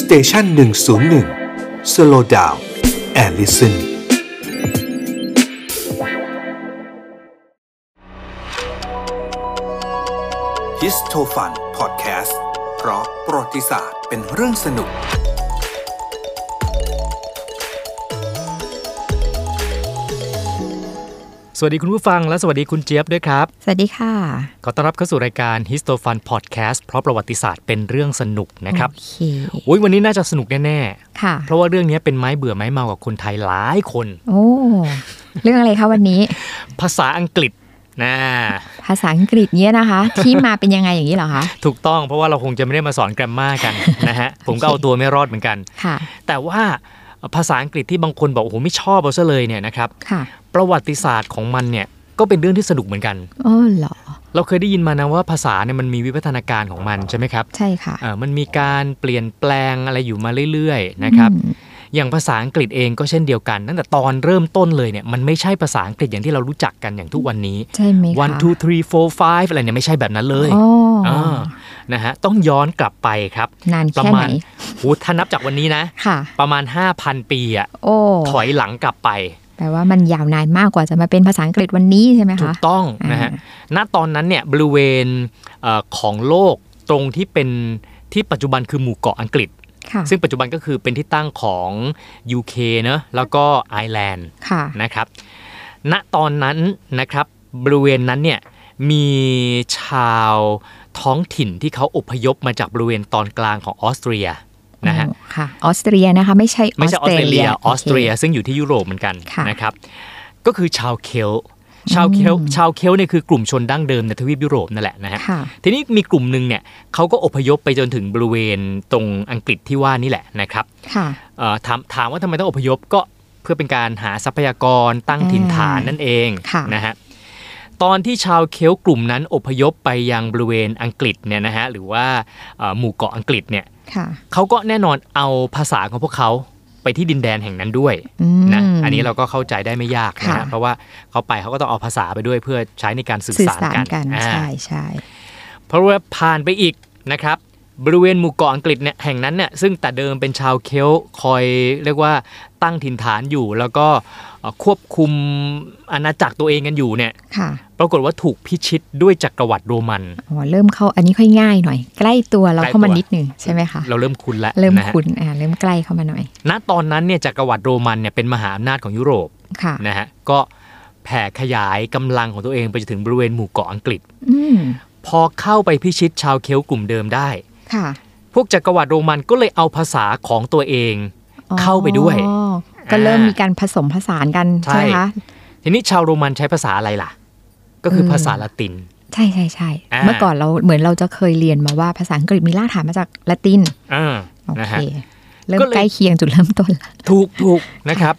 สเตชันหนึ่งศูนย์หนึ่งสโลดาวแอลลิสัน ฮิสโทฟันพอดแคสต์เพราะประวัติศาสตร์เป็นเรื่องสนุก สวัสดีคุณผู้ฟังและสวัสดีคุณเจี๊ยบด้วยครับ สวัสดีค่ะ ขอต้อนรับเข้าสู่รายการ h i s t o f u n Podcast เพราะประวัติศาสตร์เป็นเรื่องสนุกนะครับ โอเค โอ้ยวันนี้น่าจะสนุกแน่ ค่ะ ๆ เพราะว่าเรื่องนี้เป็นไม้เบื่อไม้เมากับคนไทยหลายคน โอ้ เรื่องอะไรคะวันนี้ ภาษาอังกฤษนะ ภาษาอังกฤษเนี้ยนะคะ ที่มาเป็นยังไงอย่างนี้เหรอคะ ถูกต้องเพราะว่าเราคงจะไม่ได้มาสอนแกรมมากัน นะฮะ ผมก็เอาตัวไม่รอดเหมือนกัน ค่ะ แต่ว่าภาษาอังกฤษที่บางคนบอกโอ้โหไม่ชอบเอาซะเลยเนี่ยนะครับ ค่ะ ประวัติศาสตร์ของมันเนี่ยก็เป็นเรื่องที่สนุกเหมือนกัน อ๋อเหรอ เราเคยได้ยินมานะว่าภาษาเนี่ยมันมีวิวัฒนาการของมันใช่ไหมครับ ใช่ค่ะ เอ่อมันมีการเปลี่ยนแปลงอะไรอยู่มาเรื่อยๆนะครับ อืม อย่างภาษาอังกฤษเองก็เช่นเดียวกันตั้งแต่ตอนเริ่มต้นเลยเนี่ยมันไม่ใช่ภาษาอังกฤษอย่างที่เรารู้จักกันอย่างทุกวันนี้ ใช่ไหมคะ one two three four five อะไรเนี่ยไม่ใช่แบบนั้นเลย อ๋ออา นะฮะต้องย้อนกลับไปครับ นาน ประ แค่ มา ไหน ณโหถ้านับจากวันนี้นะ ค่ะ ประมาณ 5,000 ปีอะ โอ้ ถอยหลังกลับไป แปลว่ามันยาวนานมากกว่าจะมาเป็นภาษาอังกฤษวันนี้ใช่ไหม ถู คะ กต้องนะฮะ ณ ตอนนั้นเนี่ยบริเวณเอ่อของโลกตรงที่เป็นที่ปัจจุบันคือหมู่เกาะอังกฤษ ค่ะ ซึ่งปัจจุบันก็คือเป็นที่ตั้งของ UK เนอะแล้วก็ไอร์แลนด์ ค่ะ นะครับ ณ ตอนนั้นนะครับบริเวณนั้นเนี่ยมีชาวท้องถิ่นที่เขาอพยพมาจากบริเวณตอนกลางของออสเตรียนะฮะ อ๋อค่ะ ออสเตรียนะคะ ไม่ใช่ ไม่ใช่ออสเตรเลีย อ โค อสเตรีย ซึ่งอยู่ที่ยุโรปเหมือนกัน ค่ะ นะครับ ก็คือชาวเคลต์ชาวเคลต์ อืม ชาวเคลต์เนี่ยคือกลุ่มชนดั้งเดิมในทวีปยุโรปนั่นแหละนะฮะ ค่ะ ทีนี้มีกลุ่มหนึ่งเนี่ยเขาก็อพยพไปจนถึงบริเวณตรงอังกฤษที่ว่านี่แหละนะครับ ค่ะ เอ่อถามถามว่าทำไมต้องอพยพก็เพื่อเป็นการหาทรัพยากรตั้ง อ่า ถิ่นฐานนั่นเอง ค่ะ นะฮะตอนที่ชาวเคลต์กลุ่มนั้นอพยพไปยังบริเวณอังกฤษเนี่ยนะฮะหรือว่าเอ่อหมู่เกาะอังกฤษเนี่ย ค่ะ เขาก็แน่นอนเอาภาษาของพวกเขาไปที่ดินแดนแห่งนั้นด้วย อืม นะอันนี้เราก็เข้าใจได้ไม่ยากนะฮะ ค่ะ เพราะว่าเขาไปเขาก็ต้องเอาภาษาไปด้วยเพื่อใช้ในการสื่อ สื่อ สาร สาร กัน กัน อ่า ใช่ใช่ เพราะว่าผ่านไปอีกนะครับบริเวณหมู่เกาะอังกฤษเนี่ยแห่งนั้นเนี่ยซึ่งแต่เดิมเป็นชาวเคลต์คอยเรียกว่าตั้งถิ่นฐานอยู่ แล้วก็เอ่อควบคุมอาณาจักรตัวเองกันอยู่เนี่ย ค่ะ ปรากฏว่าถูกพิชิตด้วยจักรวรรดิโรมัน อ๋อเริ่มเข้าอันนี้ค่อยง่ายหน่อย ใกล้ตัวเราเข้ามา ใกล้ตัว นิดหนึ่งใช่ไหมคะ เราเริ่มคุ้นแล้ว เริ่ม นะฮะ คุ้นอ่าเริ่มใกล้เข้ามาหน่อย ณตอนนั้นเนี่ยจักรวรรดิโรมันเนี่ยเป็นมหาอำนาจของยุโรป ค่ะ นะฮะก็แผ่ขยายกำลังของตัวเองไปจนถึงบริเวณหมู่เกาะอังกฤษ อืม พอเข้าไปพิชิตชาวเคลต์กลุ่มเดิมได้ ค่ะ พวกจักรวรรดิโรมันก็เลยเอาภาษาของตัวเอง อ๋อ เข้าไปด้วย ก็เริ่ม อ่ามี มีการผสมผสานกัน ใช่ ใช่ไหมคะ ทีนี้ชาวโรมันใช้ภาษาอะไรล่ะ ก็คืออ ม ภาษาละติน ใช่ใช่ใช่ อ่า เมื่อก่อนเราเหมือนเราจะเคยเรียนมาว่าภาษาอังกฤษมีรากฐานมาจากละติน อ่า โอ นะ เค ฮะ เริ่ม ก็เลย ใกล้เคียงจุดเริ่มต้นละ ถูกถูกนะครับ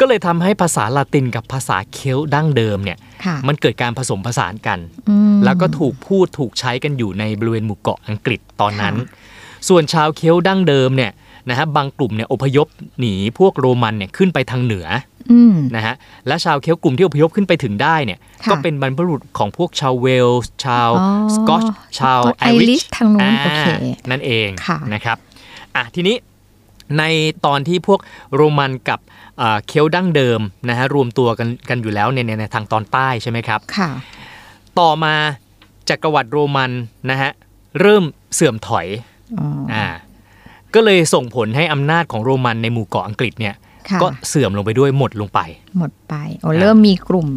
ก็เลยทำให้ภาษาละตินกับภาษาเคลต์ดั้งเดิมเนี่ย ค่ะ มันเกิดการผสมผสานกัน อืม แล้วก็ถูกพูดถูกใช้กันอยู่ในบริเวณหมู่เกาะอังกฤษตอนนั้น ค่ะ ส่วนชาวเคลต์ดั้งเดิมเนี่ยนะฮะบางกลุ่มเนี่ยอพยพหนีพวกโรมันเนี่ยขึ้นไปทางเหนือ อืม นะฮะและชาวเคลต์กลุ่มที่อพยพขึ้นไปถึงได้เนี่ย ค่ะ ก็เป็นบรรพบุรุษของพวกชาวเวลส์ชาว อ๋อ สกอตชาว สกอต ไอริช Irish ทางนู้นโอเค นั่นเอง ค่ะ นะครับอ่ะทีนี้ในตอนที่พวกโรมันกับเอ่อเคลต์ดั้งเดิมนะฮะรวมตัวกันกันอยู่แล้วในในในทางตอนใต้ใช่ไหมครับ ค่ะ ต่อมาจักรวรรดิโรมันนะฮะเริ่มเสื่อมถอย อ๋ออ่ าก็เลยส่งผลให้อำนาจของโรมันในหมู่เกาะอังกฤษเนี่ย ค่ะ ก็เสื่อมลงไปด้วยหมดลงไป หมดไปโอ้เริ่มมีกลุ่ม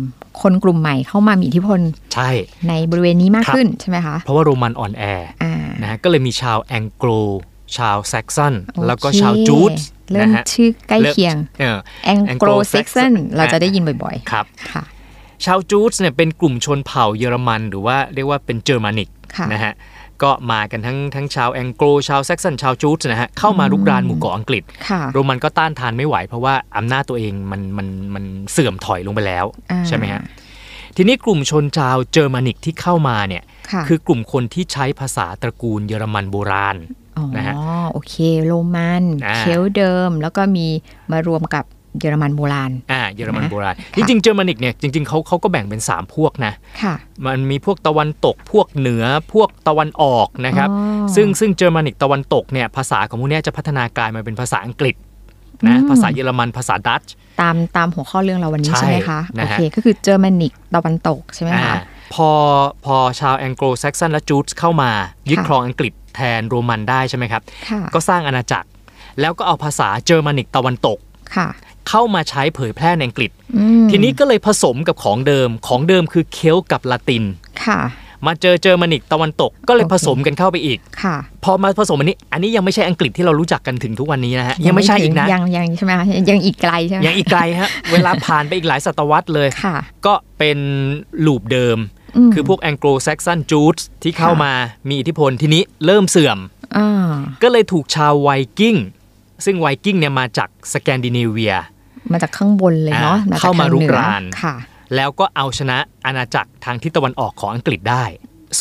คนกลุ่มใหม่เข้ามามีอิทธิพล ใช่ ในบริเวณนี้มาก ครับ ขึ้นใช่ไหมคะ เพราะว่าโรมันอ่อนแอ อ่า นะฮะก็เลยมีชาวแองโกลชาวแซกซัน โอเค แล้วก็ชาวจูด เริ่ นะ ม ฮะ ชื่อใกล้ เริ่ม เคียง เออ Anglo-Saxon Anglo-Saxon เราจะได้ยินบ่อย ครับ ๆ ค่ะ ชาวจูดเนี่ยเป็นกลุ่มชนเผ่าเยอรมัน หรือว่าเรียกว่าเป็นเจอร์มานิก ค่ะ นะฮะก็มากันทั้งทั้งชาวแองโกลชาวแซกซันชาวจูดนะฮะเข้ามารุกรานหมู่เกาะอังกฤษ ค่ะ โรมันก็ต้านทานไม่ไหว เพราะว่าอำนาจตัวเองมันมันมันเสื่อมถอยลงไปแล้ว อ่า ใช่ไหมฮะทีนี้กลุ่มชนชาวเจอร์มานิกที่เข้ามาเนี่ย ค่ะ คือกลุ่มคนที่ใช้ภาษาตระกูลเยอรมันโบราณ อ๋อ นะฮะ โอเค โรมัน อ่า เคลต์เดิม แล้วก็มีมารวมกับเยอรมันโบราณ อ่าเย เยอรมันโบราณจริงๆเจอร์มานิกเนี่ยจริงๆเขาเขาก็แบ่งเป็น 3 พวกนะ ค่ะ มันมีพวกตะวันตกพวกเหนือพวกตะวันออกนะครับ อ๋อ ซึ่งซึ่งเจอร์มานิกตะวันตกเนี่ยภาษาของพวกเนี้ยจะพัฒนากลายมาเป็นภาษาอังกฤษนะ อืม ภาษาเยอรมันภาษาดัตช์ ตามตามหัวข้อเรื่องเราวันนี้ ใช่ ใช่ไหมคะ นะ โอ ฮะ เคก็คือเจอร์มานิกตะวันตกใช่ไหม อ่า คะ พอพอชาวแองโกลแซกซันและจูดเข้ามายึด ค่ะ ครองอังกฤษแทนโรมันได้ใช่ไหมครับ ค่ะ ก็สร้างอาณาจักร แล้วก็เอาภาษาเจอร์มานิกตะวันตก ค่ะ เข้ามาใช้เผยแพร่ในอังกฤษ อืม ทีนี้ก็เลยผสมกับของเดิมของเดิมคือเคลต์กับละติน ค่ะ มาเจอเจอร์มานิกตะวันตกก็เลย โอเค ผสมกันเข้าไปอีก ค่ะ พอมาผสมอันนี้ อันนี้ยังไม่ใช่อังกฤษที่เรารู้จักกันถึงทุกวันนี้นะฮะยังไม่ใช่อีกนะ ยังยังใช่ไหมคะยังอีกไกลใช่ไหม ยังอีกไกล ฮะ เวลาผ่านไปอีกหลายศตวรรษเลย ค่ะ ก็เป็นลูปเดิม ม คือพวกแองโกลแซกซันจูดที่เข้ามามีอิทธิพลทีนี้เริ่มเสื่อม อ่า ก็เลยถูกชาวไวกิ้งซึ่งไวกิ้งเนี่ยมาจากสแกนดิเนเวีย มาจากข้างบนเลยเนาะ อ่าม จก เข้ามา ทง รุก หนือ ราน ค่ะ แล้วก็เอาชนะอาณาจักรทางทิศตะวันออกของอังกฤษได้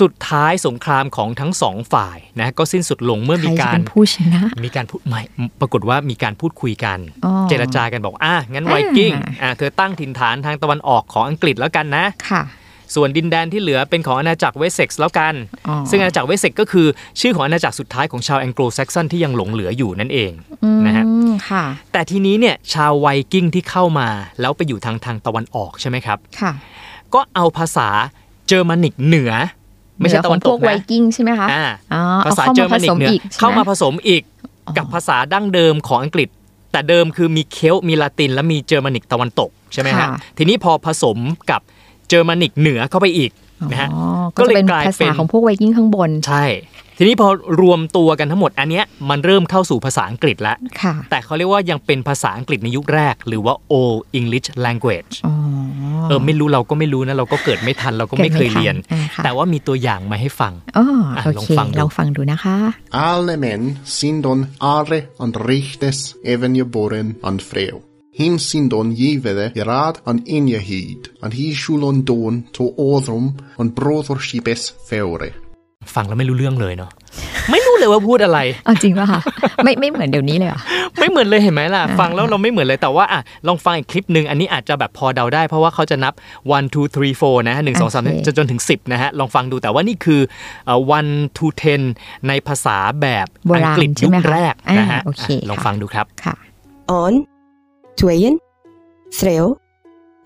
สุดท้ายสงครามของทั้งสองฝ่ายนะก็สิ้นสุดลงเมื่อ ใคร มี จะ กา เป็ ร นผู้ชนะ มีการพูดไม่ปรากฏว่ามีการพูดคุยกัน อ๋อ เจรจากันบอกอ่ะงั้น อ่า ไวกิ้งอ่ะเธอตั้งถิ่นฐานทางตะวันออกของอังกฤษแล้วกันนะ ค่ะ ส่วนดินแดนที่เหลือเป็นของอาณาจักรเวสเซ็กซ์แล้วกัน อ๋อ ซึ่งอาณาจักรเวสเซ็กซ์ก็คือชื่อของอาณาจักรสุดท้ายของชาวแองโกลแซกซันที่ยังหลงเหลืออยู่นั่นเอง อืม นะฮะ ค่ะ แต่ทีนี้เนี่ยชาวไวกิ้งที่เข้ามาแล้วไปอยู่ทางทางตะวันออกใช่ไหมครับ ค่ะ ก็เอาภาษาเจอร์มานิกเหนือ ไม่ใช่ตะวันต เหพว ก ไว นะ กิ้งใช่ไหมคะ อ่า อ๋อ ภาษา เข้ เจอร์ ผ มานิ ส กเหนือ ใช่ไห เข้ามาผสมอีกกับ อ๋อ ภาษาดั้งเดิมของอังกฤษ แต่เดิมคือมีเคลต์มีลาติน และมีเจอร์มานิกตะวันตกใช่ไหมฮะทีนี้พอผสมกับเจอร์มานิกเหนือเข้าไปอีกนะฮะ อ๋อ ก็ ก็ เลย จะเป็น กลาย ภา เป็ ษาน ของพวกไวกิ้งข้างบน ใช่ ทีนี้พอรวมตัวกันทั้งหมดอันเนี้ยมันเริ่มเข้าสู่ภาษาอังกฤษแล้ว ค่ะ แต่เขาเรียกว่ายังเป็นภาษาอังกฤษในยุคแรก หรือว่า Old English Language อ๋อ เออไม่รู้เราก็ไม่รู้นะ เราก็เกิดไม่ทันเราก็ไม่เคยเรียน แต่ว่ามีตัวอย่างมาให้ฟัง อ๋อ อ่ะ โอ ลอง เค ฟังดู ลองฟังดูนะคะ Alle män sind don are and riktes även geboren and freo. Him sind don givere gerad and inje hyd, and he shulon don to odrum and brother shibes feore. ฟังแล้วไม่รู้เรื่องเลยเนาะ ไม่รู้เลยว่าพูดอะไร เอาจริงป่ะคะ ไม่ไม่เหมือนเดี๋ยวนี้เลยเหรอ่ะ ไม่เหมือนเลยเห็นไหมล่ะ อ่า ฟังแล้วเราไม่เหมือนเลยแต่ว่าอ่ะลองฟังอีกคลิปหนึ่งอันนี้อาจจะแบบพอเดาได้เพราะว่าเขาจะนับ one two three four นะฮะหนึ่งสองสามจะจนถึง 10 นะฮะ ลองฟังดูแต่ว่านี่คือเอ่อ one two ten ในภาษาแบบอังกฤษยุคแรกนะฮะ โบราณใช่ไหมคะอ่าโอเค อ่ะลอง ค่ะ ฟังดูครับ ค่ะ on, tweeën, threeuw,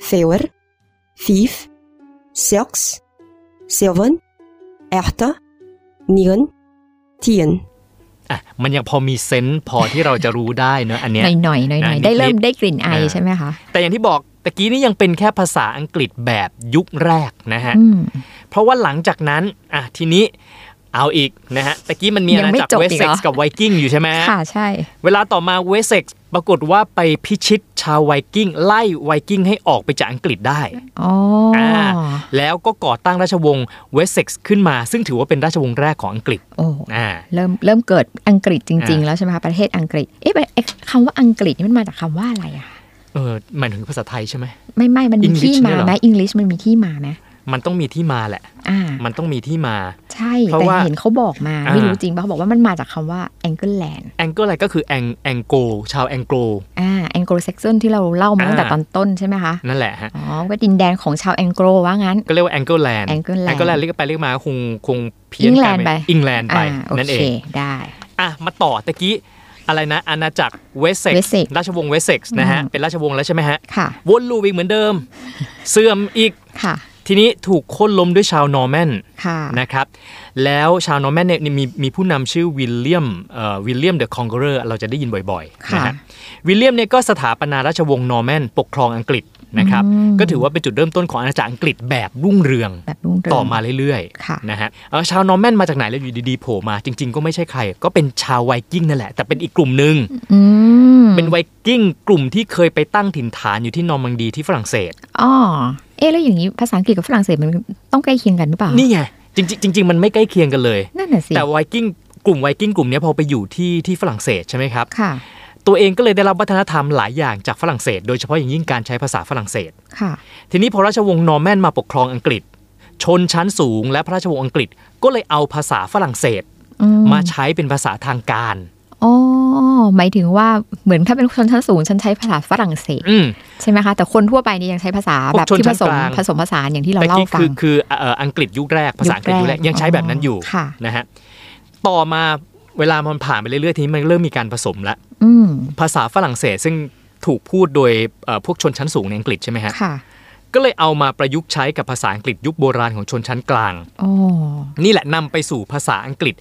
veeuwer, vijf, zes, zeven, echte, negen, tien. อ่ะมันยังพอมีเซนส์พอที่เราจะรู้ได้เนอะอันเนี้ย หน่อยหน่อยหน่อยหน่อย นะ ได้เริ่ม นิดๆ ได้กลิ่นไอ อ่า ใช่ไหมคะ แต่อย่างที่บอกตะกี้นี่ยังเป็นแค่ภาษาอังกฤษแบบยุคแรกนะฮะ อืม เพราะว่าหลังจากนั้นอ่ะทีนี้เอาอีกนะฮะตะกี้มันมี ยั อางณา ไม่ จัก จ ร บ เวสอีก เซ็ก เหร ซ์ อ กับไวกิ้งอยู่ใช่ไหมฮะ ค่ะใช่ เวลาต่อมาเวสเซ็กซ์ปรากฏว่าไปพิชิตชาวไวกิ้งไล่ไวกิ้งให้ออกไปจากอังกฤษได้ อ๋ออ แล้วก็ก่อตั้งราชวงศ์เวสเซ็กซ์ขึ้นมา ซึ่งถือว่าเป็นราชวงศ์แรกของอังกฤษ โอ้ อ่า เริ่มเริ่มเกิดอังกฤษจริง ๆ อ่า แล้วใช่ไหมคะประเทศอังกฤษ เอ๊ะเอ๊ะคำว่าอังกฤษนี่มันมาจากคำว่าอะไรอะคะ เออหมายถึงภาษาไทยใช่ไหม ไม่ไม่มันมี English ที่ เนี่ มาย เหรอ ไหมอังกฤษมันมีที่มาไหม มันต้องมีที่มาแหละ อ่า มันต้องมีที่มา ใช่ เพราะ แต่ ว่า เห็นเขาบอกมา อ่า ไม่รู้จริงป่ะเขาบอกว่ามันมาจากคำว่า Angle Land แองเกิลอะไรก็คือแองแองโกชาวแองโก อ่า Anglo Saxon ที่เราเล่ามาตั้งแต่ อ่า ตอนต้นใช่ไหมคะ นั่นแหละฮะ อ๋อก็ดินแดนของชาวแองโกลว่างั้น ก็เรียกว่าแองเกิลแลนด์ Angle Land แองเกิลแลนด์เรียกไปเรียกมาคงคงเพี้ยนกลายเป็นอิงแลนด์ไป อ่าโอ นั่น เค เอง ได้ อ่ะมาต่อตะกี้อะไรนะอาณาจักรเวสเซ็ก Wessex ราชวงศ์เวสเซ็กนะฮะ อืม เป็นราชวงศ์แล้วใช่ไหมฮะ ค่ะ วนลูปอีกเหมือนเดิม เสื่อมอีก ค่ะ ทีนี้ถูกโค่นล้มด้วยชาวนอร์แมน ค่ะ นะครับ แล้วชาวนอร์แมนเนี่ยมีมีผู้นำชื่อวิลเลียมเอ่อวิลเลียมเดอะคอนเกอเรอร์เราจะได้ยินบ่อยๆ ค่ะ นะฮะวิลเลียมเนี่ยก็สถาปนาราชวงศ์นอร์แมนปกครองอังกฤษนะครับก็ถือว่าเป็นจุดเริ่มต้นของอาณาจักรอังกฤษแบบรุ่งเรือง แบบรุ่งเรือง ต่อมาเรื่อย ค่ะ ๆนะฮะเอ่อชาวนอร์แมนมาจากไหนแล้วอยู่ดีๆโผล่มาจริง ๆ ก็ไม่ใช่ใคร ก็เป็นชาวไวกิ้งนั่นแหละ แต่เป็นอีกกลุ่มหนึ่ง อืม เป็นไวกิ้งกลุ่มที่เคยไปตั้งถิ่นฐานอยู่ที่นอร์มังดีที่ฝรั่งเศส อ๋อเอ๊ะแล้วอย่างนี้ภาษาอังกฤษกับฝรั่งเศสมันต้องใกล้เคียงกันหรือเปล่า นี่ไงจริงๆจริง ๆ มันไม่ใกล้เคียงกันเลย นั่นน่ะสิ แต่ไวกิ้งกลุ่มไวกิ้งกลุ่มเนี้ยพอไปอยู่ที่ที่ฝรั่งเศสใช่ไหมครับ ค่ะ ตัวเองก็เลยได้รับวัฒนธรรมหลายอย่างจากฝรั่งเศส โดยเฉพาะอย่างยิ่งการใช้ภาษาฝรั่งเศส ค่ะ ทีนี้พอราชวงศ์นอร์แมนมาปกครองอังกฤษ ชนชั้นสูง และพระราชวงศ์อังกฤษก็เลยเอาภาษาฝรั่งเศส อืม มาใช้เป็นภาษาทางการ อ๋อหมายถึงว่าเหมือนถ้าเป็นชนชั้นสูงฉันใช้ภาษาฝรั่งเศส อืม ใช่ไหมคะ แต่คนทั่วไปนี่ยังใช้ภาษา พวก แบบ ชน ที่ ชั้ ผ น สม กลาง ผสมผสานอย่างที่เรา แต่ เล่า กี้ ฟั คื ง อคือเอ่ออังกฤษยุคแรกภาษาอังกฤษยุคแรก ยุคแรก ยังใช้แบบนั้นอยู่ ค่ะ นะฮะต่อมาเวลามันผ่านไปเรื่อยๆทีนี้มันเริ่มมีการผสมละ อืม ภาษาฝรั่งเศสซึ่งถูกพูดโดยเอ่อพวกชนชั้นสูงในอังกฤษใช่ไหมฮะ ค่ะ ก็เลยเอามาประยุกต์ใช้กับภาษาอังกฤษยุคโบราณของชนชั้นกลาง อ๋อ นี่แหละนำไปสู่ภาษาอังกฤษ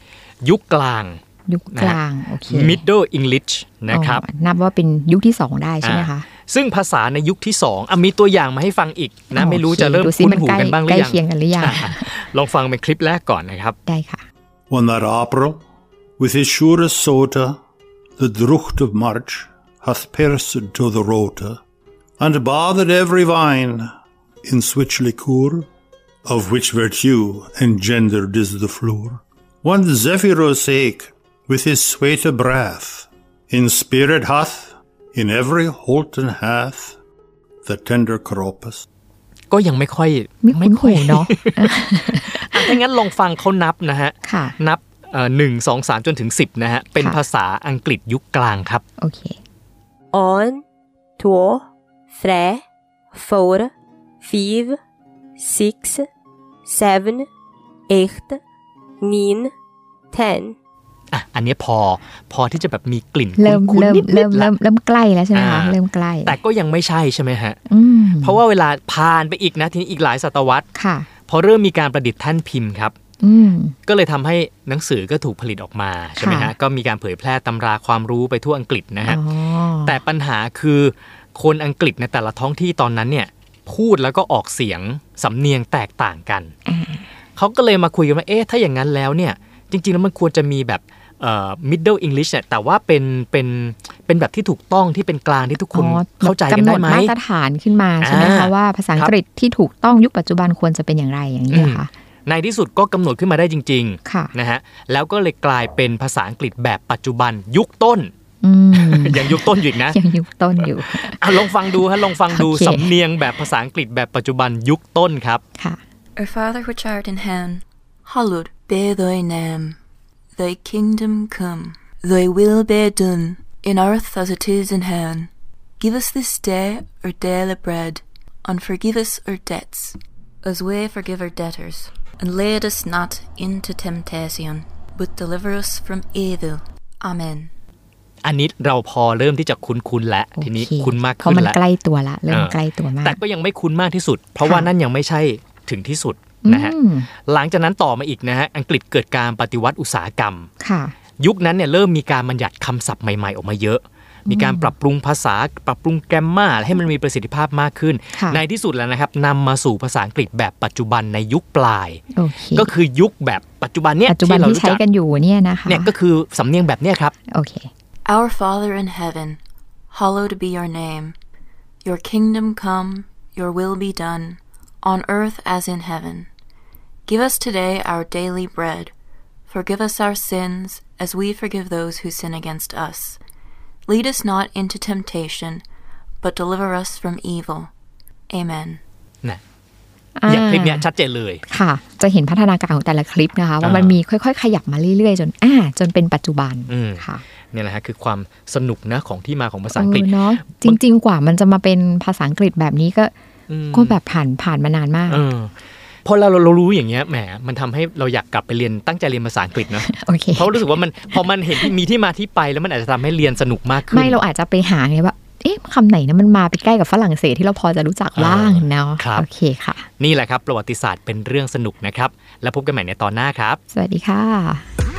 ยุคกลาง ยุคกลางโอเค Middle English นะครับ อ๋อนับว่าเป็นยุคที่สองได้ใช่ไหมคะ ซึ่งภาษาในยุคที่สองอ่ะมีตัวอย่างมาให้ฟังอีกนะ โอเค ไม่รู้จะเริ่ม ดูสิ คุ้น มัน หู ใกล้ กันบ้างหรือยัง ใกล้เคียงกันหรือยัง ะลองฟังเป็นคลิปแรกก่อนนะครับ ได้ค่ะ Wanneer April, with his surest sota, the drucht of March, hath pierced to the rota, and bathed every vine in switch liqueur, of which virtue engendered is the floor. One Zephyrus ake, with his sweet breath, in spirit hath, in every holt and hath, the tender cropus. ก็ยังไม่ค่อย ไม่คุ้นหูเนาะ อ่ะถ้างั้นลองฟังเขานับนะฮะ ค่ะ นับเอ่อหนึ่งสองสามจนถึง 10 นะฮะ เป็น ค่ะ ภาษาอังกฤษยุคกลางครับ โอเค On, two, three, four, five, six, seven, eight, nine, ten. อ่ะ อันเนี้ยพอพอที่จะแบบมีกลิ่น เริ่ม คุ้น เริ่ม ๆนิดๆ เริ่ม ละ เริ่มเริ่มใกล้แล้วใช่ไหม อ่า คะเริ่มใกล้ แต่ก็ยังไม่ใช่ใช่ไหมฮะ อืม เพราะว่าเวลาผ่านไปอีกนะ ทีนี้อีกหลายศตวรรษ ค่ะ พอเริ่มมีการประดิษฐ์แท่นพิมพ์ครับ อืม ก็เลยทำให้หนังสือก็ถูกผลิตออกมา ใช่ไหมฮะ ค่ะ ก็มีการเผยแพร่ตำราความรู้ไปทั่วอังกฤษนะ อ๋ ฮะ อ แต่ปัญหาคือคนอังกฤษในแต่ละท้องที่ตอนนั้นเนี่ย พูดแล้วก็ออกเสียงสำเนียงแตกต่างกัน เขาก็เลยมาคุยกันว่า เอ๊ะ ถ้าอย่างนั้นแล้วเนี่ย จริง ๆ แล้วมันควรจะมีแบบเอ่อ middle English เนี่ยแต่ว่าเป็นเป็นเป็นแบบที่ถูกต้องที่เป็นกลางที่ทุกคน อ๋อ เข้าใจกันได้ไหม กำหนดมาตรฐานขึ้นมาใช่ไหม อ่า คะว่าภาษาอั ค ง รับ กฤษที่ถูกต้องยุคปัจจุบันควรจะเป็นอย่างไรอย่างนี้เหรอคะ ในที่สุดก็กำหนดขึ้นมาได้จริง ค่ะ ๆ นะฮะ แล้วก็เลยกลายเป็นภาษาอังกฤษแบบปัจจุบันยุคต้น อืม ยังยุคต้นอยู่อีกนะ ยังยุคต้นอยู่ อ่ะลองฟังดูฮะลองฟังดู โอเค สำเนียงแบบภาษาอังกฤษแบบปัจจุบันยุคต้นครับ ค่ะ Our Father which art in heaven, hallowed be thy name. Thy kingdom come, thy will be done, in earth as it is in heaven. Give us this day our daily bread, and forgive us our debts, as we forgive our debtors. And lead us not into temptation, but deliver us from evil. Amen. อันนี้เราพอเริ่มที่จะคุ้นๆแล้ว โอเค ทีนี้คุ้นมาก เพราะ ขึ้น มัน แล้ว ใกล้ตัวละ เริ่ม อ่า ใกล้ตัวมาก แต่ก็ยังไม่คุ้นมากที่สุด เพราะว่านั่นยังไม่ใช่ถึงที่สุดนะฮะ อืม หลังจากนั้นต่อมาอีกนะฮะอังกฤษเกิดการปฏิวัติอุตสาหกรรม ค่ะ ยุคนั้นเนี่ยเริ่มมีการบัญญัติคำศัพท์ใหม่ๆ ออกมาเยอะ มีการปรับปรุงภาษาปรับปรุงแกรมมาให้มันมีประสิทธิภาพมากขึ้น ค่ะ ในที่สุดแล้วนะครับนำมาสู่ภาษาอังกฤษแบบปัจจุบันในยุคปลาย โอเค ก็คือยุคแบบปัจจุบันเนี่ย ปัจจุบัน เรา ที่ รู้ ใช้ จัก กันอยู่เนี่ยนะคะ เนี่ยก็คือสำเนียงแบบเนี้ยครับ โอเค Our Father in heaven, hallowed be your name. Your kingdom come, your will be done, on earth as in heaven. Give us today our daily bread. Forgive us our sins, as we forgive those who sin against us. Lead us not into temptation, but deliver us from evil. Amen. อย่าง อ่า คลิปเนี้ยชัดเจนเลย ค่ะ จะเห็นพัฒนาการของแต่ละคลิปนะคะ ว่า อ่ามั มันมีค่อย ๆ ขยับมาเรื่อย ๆ จนอ่าจนเป็นปัจจุบัน อืม ค่ะ เนี่ยนะฮะคือความสนุกนะของที่มาของภาษาอังกฤษ เออเนาะจริง ๆ กว่ามันจะมาเป็นภาษาอังกฤษแบบนี้ก็ก็แบบผ่านผ่านมานานมาก เออพอเราเราเรารู้อย่างเงี้ยแหมมันทำให้เราอยากกลับไปเรียนตั้งใจเรียนภาษาอังกฤษเนาะ โอเค เพราะรู้สึกว่ามันพอมันเห็นที่มีที่มาที่ไปแล้วมันอาจจะทำให้เรียนสนุกมากขึ้น ไม่เราอาจจะไปหาไงว่า เอ๊ะคำไหนนะมันมาไปใกล้กับฝรั่งเศสที่เราพอจะรู้จักบ้างเนาะ ครับ โอเคค่ะ นี่แหละครับ ประวัติศาสตร์เป็นเรื่องสนุกนะครับ แล้วพบกันใหม่ในตอนหน้าครับ สวัสดีค่ะ